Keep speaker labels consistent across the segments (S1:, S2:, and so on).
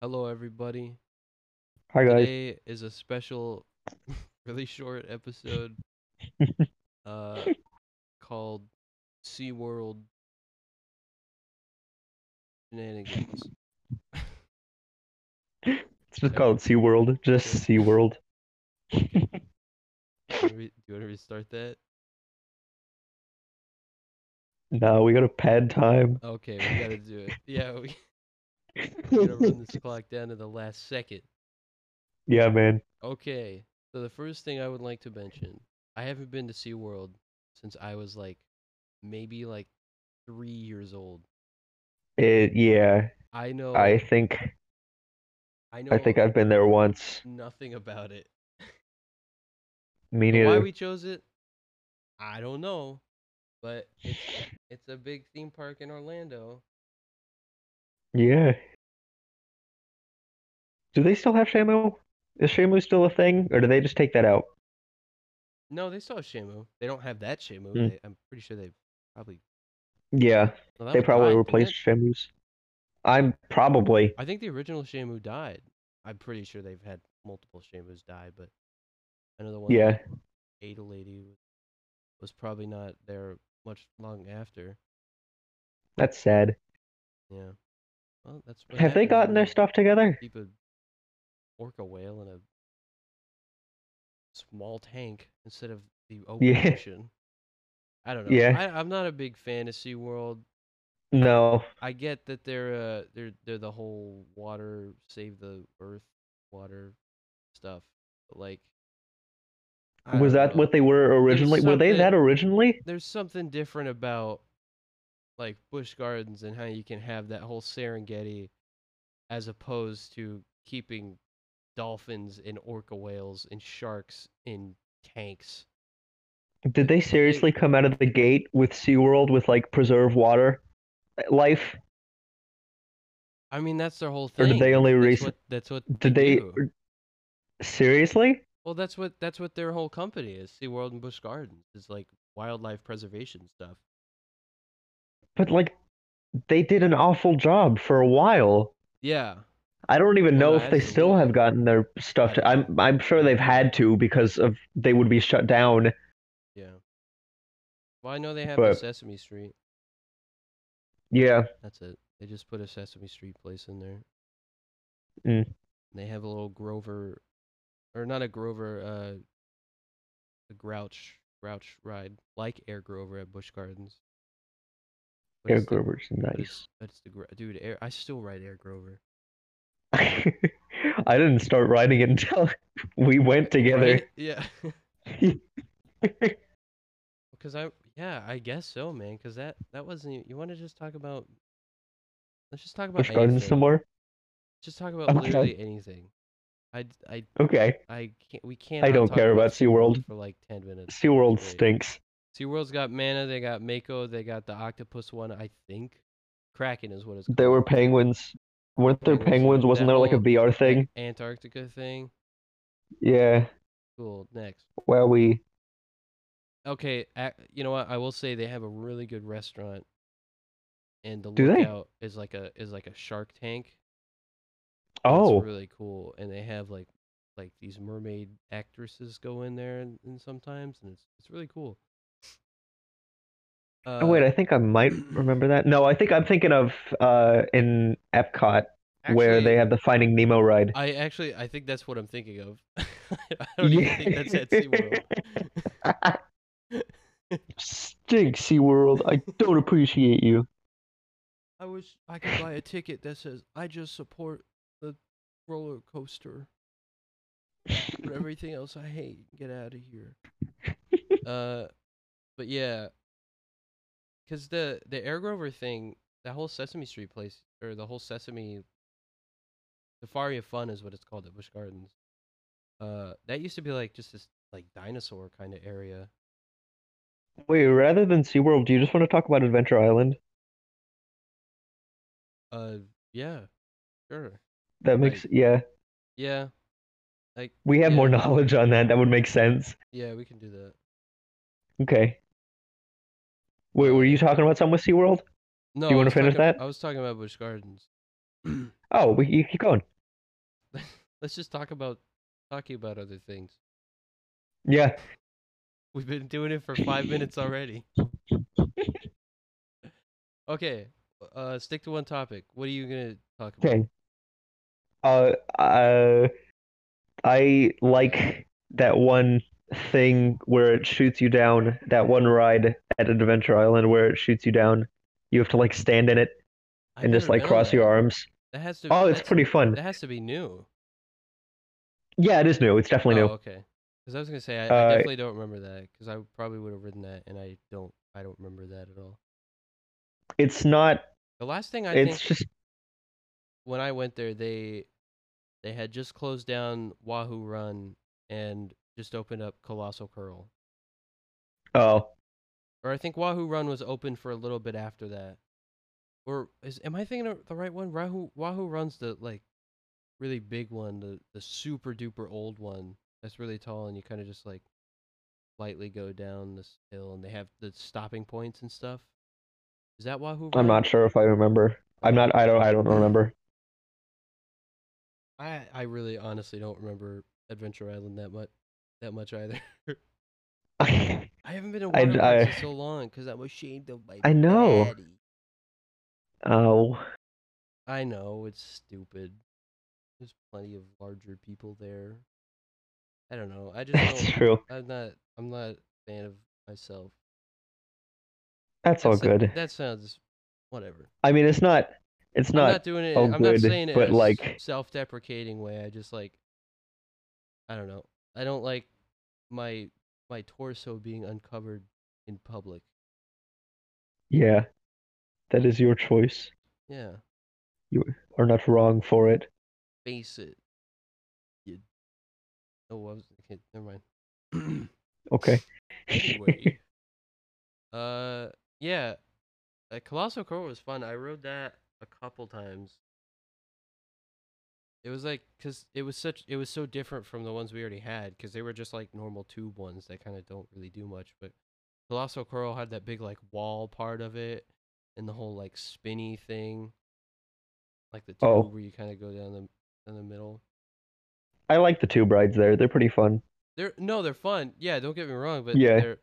S1: Hello, everybody.
S2: Hi guys.
S1: Today is a special, really short episode uh, called SeaWorld Shenanigans.
S2: It's just called SeaWorld. Just SeaWorld.
S1: Do you wanna re- do you want to restart that?
S2: No, we gotta pad time.
S1: Okay, we gotta do it. Yeah, we we gotta run this clock down to the last second.
S2: yeah, man.
S1: Okay, so the first thing I would like to mention I haven't been to SeaWorld since I was like maybe like three years old.
S2: It, yeah.
S1: I know.
S2: I think
S1: I know
S2: I think I've been there once.
S1: nothing about it.
S2: Me
S1: So why
S2: neither.
S1: we chose it, I don't know, but it's it's a big theme park in Orlando.
S2: Yeah. Do they still have Shamu? Is Shamu still a thing, or do they just take that out?
S1: No, they still have Shamu. They don't have that Shamu.
S2: Hmm.
S1: They, I'm pretty sure they probably
S2: Yeah,
S1: well, that
S2: they
S1: one
S2: probably
S1: died, didn't
S2: replaced
S1: it?
S2: Shamu's. I'm probably.
S1: I think the original Shamu died. I'm pretty sure they've had multiple Shamus die, but another one
S2: Yeah.
S1: that ate a lady was- was probably not there much long after.
S2: That's sad.
S1: Yeah. Well, that's what
S2: Have they
S1: happens
S2: gotten
S1: when
S2: their
S1: you-
S2: stuff together?
S1: keep a orca whale in a small tank instead of the open
S2: Yeah.
S1: ocean. I don't know.
S2: Yeah.
S1: I, I'm not a big fantasy world.
S2: No.
S1: I get that they're uh they're they're the whole water save the earth water stuff. But like I
S2: Was
S1: don't
S2: that
S1: know.
S2: what they were originally? Were they
S1: something-
S2: that originally?
S1: there's something different about like bush gardens and how you can have that whole Serengeti as opposed to keeping dolphins and orca whales and sharks in tanks.
S2: Did they seriously come out of the gate with SeaWorld with like preserve water uh, life?
S1: I mean, that's their whole
S2: Or
S1: thing.
S2: did they only
S1: that's,
S2: rec-
S1: what, that's what
S2: Did
S1: they,
S2: they
S1: do.
S2: seriously?
S1: Well, that's what that's what their whole company is. SeaWorld and Bush Gardens is like wildlife preservation stuff.
S2: But like they did an awful job for a while.
S1: Yeah.
S2: I don't even know
S1: Well,
S2: if they still have
S1: absolutely.
S2: gotten their stuff to, I'm I'm sure they've had to because of they would be shut down.
S1: Yeah. Well, I know they have the
S2: But-
S1: Sesame Street.
S2: Yeah.
S1: That's it. They just put a Sesame Street place in there.
S2: Mm.
S1: They have a little Grover, or not a Grover, uh, a Grouch Grouch ride, like Air Grover at Busch Gardens. But
S2: Air
S1: it's the-
S2: Grover's
S1: but
S2: nice.
S1: it's- but it's the Gro- dude. Air, I still ride Air Grover.
S2: I didn't start riding it until we went together.
S1: Right? Yeah. Because I, yeah, I guess so, man. Because that that wasn't. e- You want to just talk about? Let's just talk about
S2: Busch Gardens
S1: anything.
S2: some more?
S1: Just talk about
S2: Okay.
S1: literally anything. I d- I
S2: Okay.
S1: I can't. We can't.
S2: don't care about SeaWorld.
S1: for like ten minutes.
S2: SeaWorld
S1: Wait.
S2: stinks.
S1: SeaWorld's got Mana. They got Mako. They got the octopus one. I think Kraken is what it's called.
S2: There were penguins. Weren't there
S1: Penguins, yeah.
S2: penguins? Wasn't
S1: That
S2: there like a
S1: whole-
S2: VR
S1: A-
S2: thing?
S1: Antarctica thing.
S2: Yeah.
S1: Cool. Next.
S2: Where we
S1: Okay. ac you know what? I will say they have a really good restaurant, and the
S2: Do they?
S1: lookout is like a is like a shark tank. That's
S2: Oh,
S1: really cool. And they have like like these mermaid actresses go in there and, and sometimes, and it's it's really cool. Uh,
S2: oh wait, I think I might remember that. No, I think I'm thinking of uh in Epcot where
S1: actually-
S2: they have the Finding Nemo ride.
S1: I actually, I think that's what I'm thinking of. I don't even think that's at SeaWorld.
S2: Stink SeaWorld. I don't appreciate you.
S1: I wish I could buy a ticket that says, I just support the roller coaster, but everything else I hate. Get out of here. uh, but yeah, because the, the Air Grover thing, that whole Sesame Street place, or the whole Sesame Safari of Fun is what it's called at Busch Gardens. Uh, that used to be like just this like dinosaur kind of area.
S2: Wait, rather than SeaWorld, do you just want to talk about Adventure Island?
S1: Uh, yeah, sure.
S2: That makes
S1: Right.
S2: yeah.
S1: Yeah, like
S2: We have
S1: Yeah.
S2: more knowledge on that. That would make sense.
S1: yeah, we can do that.
S2: Okay. Wait, were you talking about something with SeaWorld?
S1: No,
S2: you
S1: I
S2: wanna
S1: was
S2: finish
S1: talking-
S2: that?
S1: I was talking about Busch Gardens.
S2: Oh, we, you keep going.
S1: let's just talk about talking about other things.
S2: Yeah.
S1: We've been doing it for five minutes already. Okay, uh, stick to one topic. What are you gonna talk about?
S2: Okay. Uh, uh, I like that one thing where it shoots you down. That one ride at Adventure Island where it shoots you down. You have to like stand in it
S1: I
S2: and just
S1: didn't
S2: like
S1: know
S2: cross your
S1: that.
S2: arms.
S1: That has to.
S2: Oh, it's
S1: that's-
S2: pretty fun.
S1: That has to be new.
S2: Yeah, it is new. It's definitely
S1: oh,
S2: new.
S1: okay. Because I was gonna say I, I
S2: Uh,
S1: definitely don't remember that because I probably would have written that and I don't. I don't remember that at all.
S2: It's not.
S1: The last thing I
S2: It's
S1: think
S2: just
S1: when I went there, they they had just closed down Wahoo Run and just opened up Colossal Curl.
S2: oh
S1: Or I think Wahoo Run was open for a little bit after that. Or is am I thinking of the right one? Wahoo Wahoo Run's the like really big one, the the super duper old one that's really tall and you kind of just like lightly go down this hill and they have the stopping points and stuff. Is that Wahoo Run?
S2: I'm not sure if I remember. I'm not. I don't. I don't remember.
S1: I I really honestly don't remember Adventure Island that much that much either.
S2: I
S1: I haven't been to
S2: I-
S1: Waterworks
S2: I-
S1: in so long because I'm ashamed of my.
S2: I know.
S1: daddy.
S2: oh
S1: I know it's stupid. There's plenty of larger people there. I don't know. I just
S2: that's
S1: don't.
S2: true.
S1: I'm not. I'm not a fan of myself.
S2: That's all
S1: That's-
S2: good.
S1: That sounds whatever.
S2: I mean, it's not. It's
S1: I'm
S2: not.
S1: not doing it.
S2: all
S1: I'm not
S2: good,
S1: saying it
S2: but,
S1: in a s-
S2: like-
S1: self-deprecating way. I just like. I don't know. I don't like my my torso being uncovered in public.
S2: Yeah, that is your choice.
S1: Yeah,
S2: Are not wrong for it.
S1: face it. You. Oh, I was. Okay, never mind.
S2: Okay.
S1: anyway. uh, yeah, uh, Colossal Curl was fun. I rode that a couple times. It was like because it was such it was so different from the ones we already had because they were just like normal tube ones that kind of don't really do much. But Colossal Curl had that big like wall part of it and the whole like spinny thing, like the tube
S2: Oh.
S1: where you kind of go down the down the middle.
S2: I like the tube rides there. They're pretty fun.
S1: They're no, they're fun. Yeah, don't get me wrong, but
S2: Yeah.
S1: they're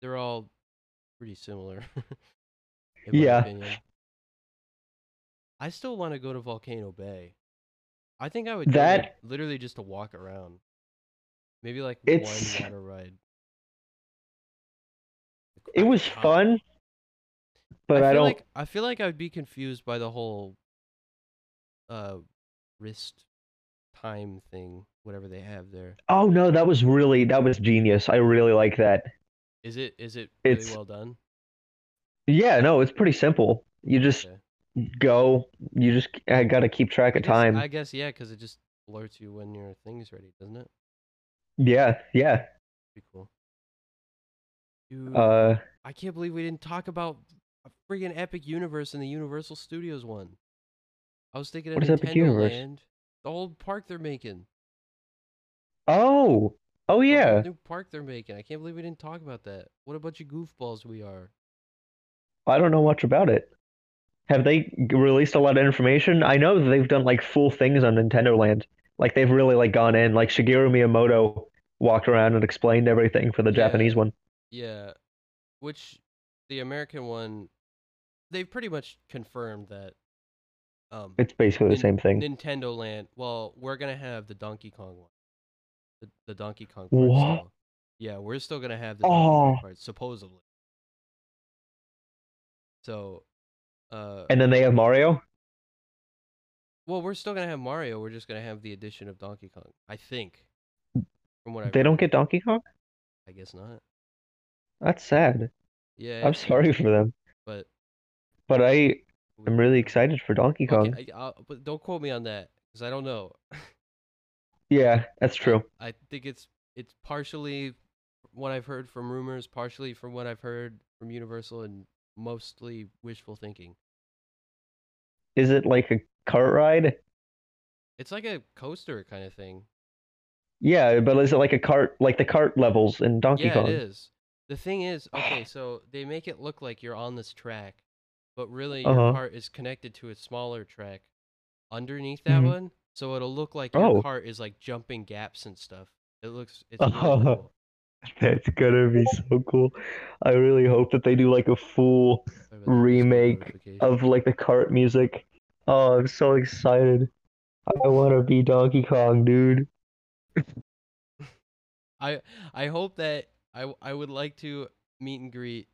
S1: they're all pretty similar. in my
S2: Yeah.
S1: opinion. I still want to go to Volcano Bay. I think I would go there
S2: That-
S1: literally just to walk around. Maybe like
S2: It's-
S1: one water ride. The
S2: It was
S1: Krakatoa.
S2: fun, but
S1: I,
S2: I,
S1: feel
S2: don't.
S1: Like, I feel like I'd be confused by the whole uh wrist time thing, whatever they have there.
S2: Oh no, that was really that was genius. I really like that.
S1: Is it is it really
S2: It's-
S1: well done?
S2: Yeah, no, it's pretty simple. You just
S1: Okay.
S2: go. You just I gotta keep track
S1: I
S2: of
S1: guess,
S2: time.
S1: I guess yeah, because it just alerts you when your thing's ready, doesn't it?
S2: Yeah, yeah.
S1: Pretty cool. Dude,
S2: Uh,
S1: I can't believe we didn't talk about a freaking Epic Universe and the Universal Studios one. I was thinking of
S2: What is Epic
S1: Nintendo
S2: Universe?
S1: Land, the old park they're making.
S2: oh, oh
S1: the whole
S2: yeah.
S1: new park they're making. I can't believe we didn't talk about that. What a bunch of goofballs we are.
S2: I don't know much about it. Have they g- released a lot of information? I know that they've done like full things on Nintendo Land. Like they've really like gone in. Like Shigeru Miyamoto walked around and explained everything for the
S1: Yeah.
S2: Japanese one.
S1: Yeah, which the American one, they've pretty much confirmed that. Um,
S2: It's basically the
S1: Nin-
S2: same thing.
S1: Nintendo Land. Well, we're gonna have the Donkey Kong one. The, the Donkey Kong. part
S2: What?
S1: still. Yeah, we're still gonna have the Donkey Kong
S2: Oh.
S1: part, supposedly. So, uh,
S2: And then they have Mario.
S1: well, we're still gonna have Mario. We're just gonna have the addition of Donkey Kong. I think. From what I
S2: They don't
S1: read.
S2: get Donkey Kong?
S1: I guess not.
S2: That's sad.
S1: Yeah.
S2: I'm
S1: it sucks,
S2: sorry for them,
S1: But
S2: but I
S1: we-
S2: am really excited for Donkey
S1: Okay,
S2: Kong.
S1: I, I'll, but don't quote me on that because I don't know.
S2: Yeah, that's
S1: I-
S2: true.
S1: I, think it's it's partially what I've heard from rumors, partially from what I've heard from Universal, and mostly wishful thinking.
S2: Is it like a cart ride?
S1: It's like a coaster kind of thing.
S2: Yeah, but is it like a cart, like the cart levels in Donkey
S1: yeah,
S2: Kong?
S1: it is. The thing is, okay, so they make it look like you're on this track, but really
S2: Uh-huh.
S1: your part is connected to a smaller track. Underneath that
S2: Mhm.
S1: one So it'll look like
S2: Oh.
S1: your cart is like jumping gaps and stuff. It looks it's really cool.
S2: That's gonna be so cool. I really hope that they do like a full
S1: Sorry about that, just got
S2: Remake
S1: notification.
S2: of like the cart music. Oh, I'm so excited. I want to be Donkey Kong, dude.
S1: I I hope that I w- I would like to meet and greet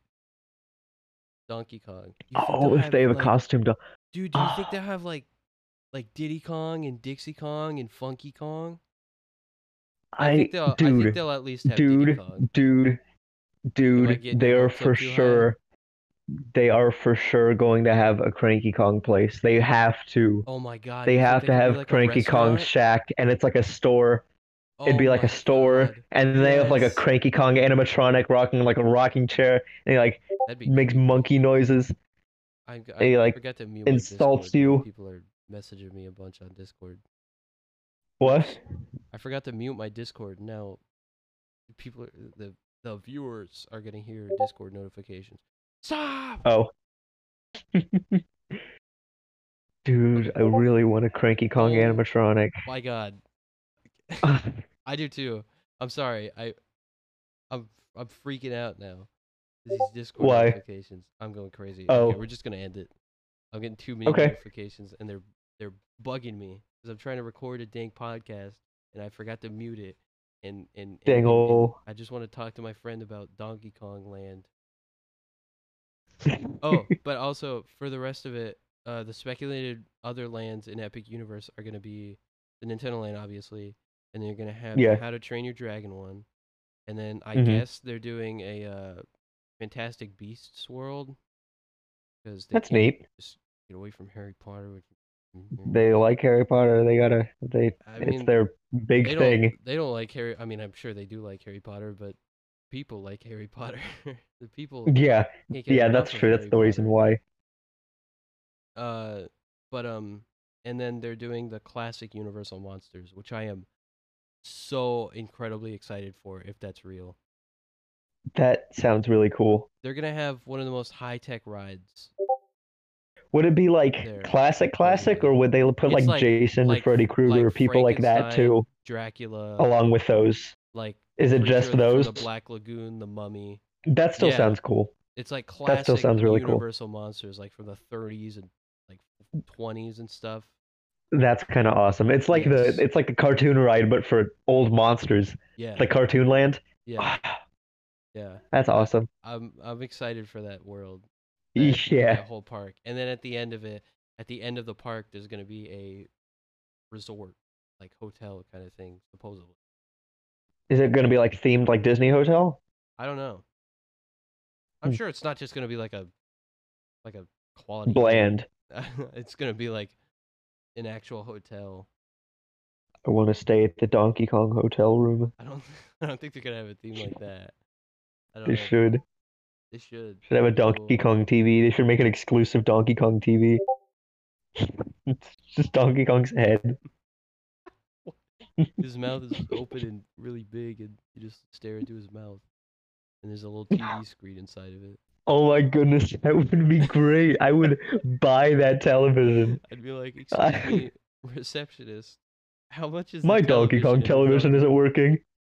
S1: Donkey Kong. You think
S2: Oh,
S1: they'll
S2: if they have a
S1: like-
S2: costume, do-
S1: Dude, do you think
S2: Ah.
S1: they'll have like like Diddy Kong and Dixie Kong and Funky Kong? I,
S2: I
S1: think they'll I think
S2: dude,
S1: they'll at least have Diddy
S2: dude,
S1: Kong.
S2: dude, dude,
S1: getting
S2: they
S1: your
S2: are
S1: hopes up
S2: for
S1: too high?
S2: sure. They are for sure going to have a Cranky Kong place. They have to.
S1: Oh my god.
S2: They
S1: you think
S2: have
S1: they
S2: to
S1: could do,
S2: have
S1: like, a
S2: Cranky Kong
S1: restaurant?
S2: Shack, and it's like a store. It'd
S1: Oh
S2: be like
S1: my
S2: a store,
S1: God,
S2: and then they have like a
S1: Yes.
S2: Cranky Kong animatronic rocking like a rocking chair, and he like
S1: That'd be
S2: makes
S1: cool.
S2: monkey noises.
S1: I, I
S2: they, like,
S1: forgot to mute my
S2: insults
S1: Discord, dude.
S2: you.
S1: People are messaging me a bunch on Discord.
S2: What?
S1: I forgot to mute my Discord. Now, people, are, the the viewers are gonna hear Discord notifications. Stop!
S2: Oh. Dude, I really want a Cranky Kong
S1: Oh.
S2: animatronic.
S1: My God, I do too. I'm sorry. I, I'm I'm freaking out now. These Discord
S2: Why?
S1: notifications. I'm going crazy.
S2: Oh.
S1: Okay, we're just gonna end it. I'm getting too many
S2: Okay.
S1: notifications, and they're they're bugging me because I'm trying to record a dang podcast, and I forgot to mute it. And and, and-
S2: Dang
S1: and- and
S2: ol'.
S1: I just want to talk to my friend about Donkey Kong Land. Oh, but also for the rest of it, uh, the speculated other lands in Epic Universe are going to be the Nintendo Land, obviously, and they're going to have the
S2: Yeah.
S1: How to Train Your Dragon one, and then I
S2: Mhm.
S1: guess they're doing a uh, Fantastic Beasts world because they
S2: That's
S1: can't
S2: neat.
S1: just get away from Harry Potter. Which
S2: They like Harry Potter. They gotta. They.
S1: I
S2: It's
S1: mean,
S2: their
S1: they
S2: big
S1: don't,
S2: thing.
S1: They don't like Harry. I mean, I'm sure they do like Harry Potter, but people like Harry Potter. the people.
S2: Yeah,
S1: can't get
S2: yeah,
S1: enough
S2: that's
S1: of
S2: true. That's
S1: Harry
S2: the reason
S1: Potter.
S2: why.
S1: Uh, but um, and then they're doing the classic Universal monsters, which I am so incredibly excited for. If that's real,
S2: That sounds really cool.
S1: they're gonna have one of the most high tech rides.
S2: Would it be like
S1: There.
S2: classic, classic,
S1: yeah.
S2: or would they put
S1: It's
S2: like,
S1: like-
S2: Jason,
S1: like-
S2: Freddy Krueger,
S1: like
S2: people like that
S1: Frankenstein,
S2: too,
S1: Dracula,
S2: along with those?
S1: like
S2: Is it
S1: Creature
S2: just
S1: from
S2: those?
S1: The Black Lagoon, the Mummy.
S2: That still
S1: Yeah.
S2: sounds cool.
S1: It's like
S2: That
S1: classic
S2: still sounds really cool.
S1: Universal monsters, like from the 30s and like 20s and stuff.
S2: That's kind of awesome. It's like
S1: Yes.
S2: the it's like the cartoon ride, but for old monsters,
S1: Yeah,
S2: like Cartoon Land.
S1: yeah, yeah.
S2: That's awesome.
S1: I'm I'm excited for that world.
S2: Yeah.
S1: that, that whole park. And then at the end of it, at the end of the park, there's gonna be a resort, like hotel kind of thing, supposedly.
S2: Is it gonna be like themed like Disney Hotel?
S1: I don't know. I'm
S2: Hmm.
S1: sure it's not just gonna be like a, like a quality. inn.
S2: Bland.
S1: it's gonna be like an actual hotel.
S2: I want to stay at the Donkey Kong hotel room.
S1: I don't. I don't think they're gonna have a theme like that. I don't
S2: They
S1: know.
S2: should
S1: They should.
S2: should have a
S1: That'd be
S2: Donkey
S1: Oh. cool.
S2: Kong TV. They should make an exclusive Donkey Kong TV. It's just Donkey Kong's head.
S1: His mouth is open and really big, and you just stare into his mouth. And there's a little TV screen inside of it.
S2: Oh my goodness, that would be great. I would buy that television.
S1: I'd be like,
S2: I-
S1: excuse me, receptionist, how much is the Uh,
S2: My Donkey Kong television
S1: in
S2: isn't working.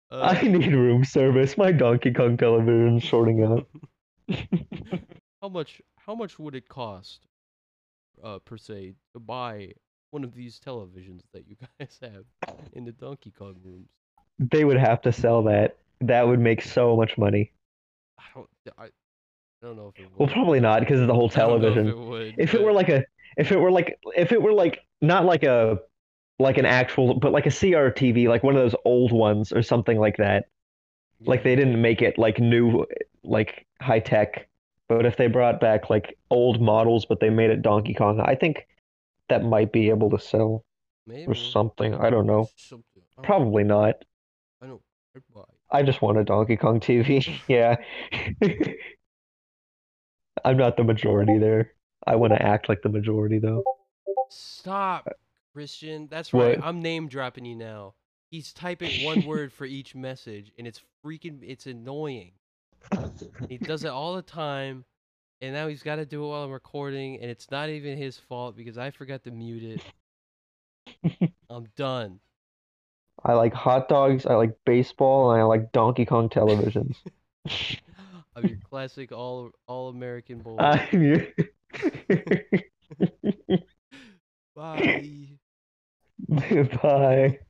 S1: the room?"
S2: I need room service. My Donkey Kong television's shorting out.
S1: Uh, how much? How much would it cost, uh, per se, to buy one of these televisions that you guys have in the Donkey Kong rooms?
S2: They would have to sell that. That would make so much money.
S1: I don't. I, I don't know if it would.
S2: Well, probably not because of the whole
S1: I don't know
S2: television.
S1: If it, would,
S2: if it
S1: but
S2: were like a if it were like if it were like not like a like an actual but like a CRTV like one of those old ones or something like that like
S1: yeah.
S2: they didn't make it like new like high tech but if they brought back like old models but they made it Donkey Kong I think that might be able to sell
S1: maybe
S2: or something I don't know
S1: Something. I don't-
S2: probably not
S1: I don't. I'd buy.
S2: I just want a Donkey Kong TV yeah I'm not the majority there I want to act like the majority though
S1: Stop, Christian. That's right.
S2: What?
S1: I'm name dropping you now. He's typing one word for each message, and it's freaking. It's annoying. He does it all the time, and now he's got to do it while I'm recording, and it's not even his fault because I forgot to mute it. I'm I'm done.
S2: I like hot dogs. I like baseball, and I like Donkey Kong televisions.
S1: I'm your classic all all American boy.
S2: I'm your...
S1: Bye.
S2: Bye.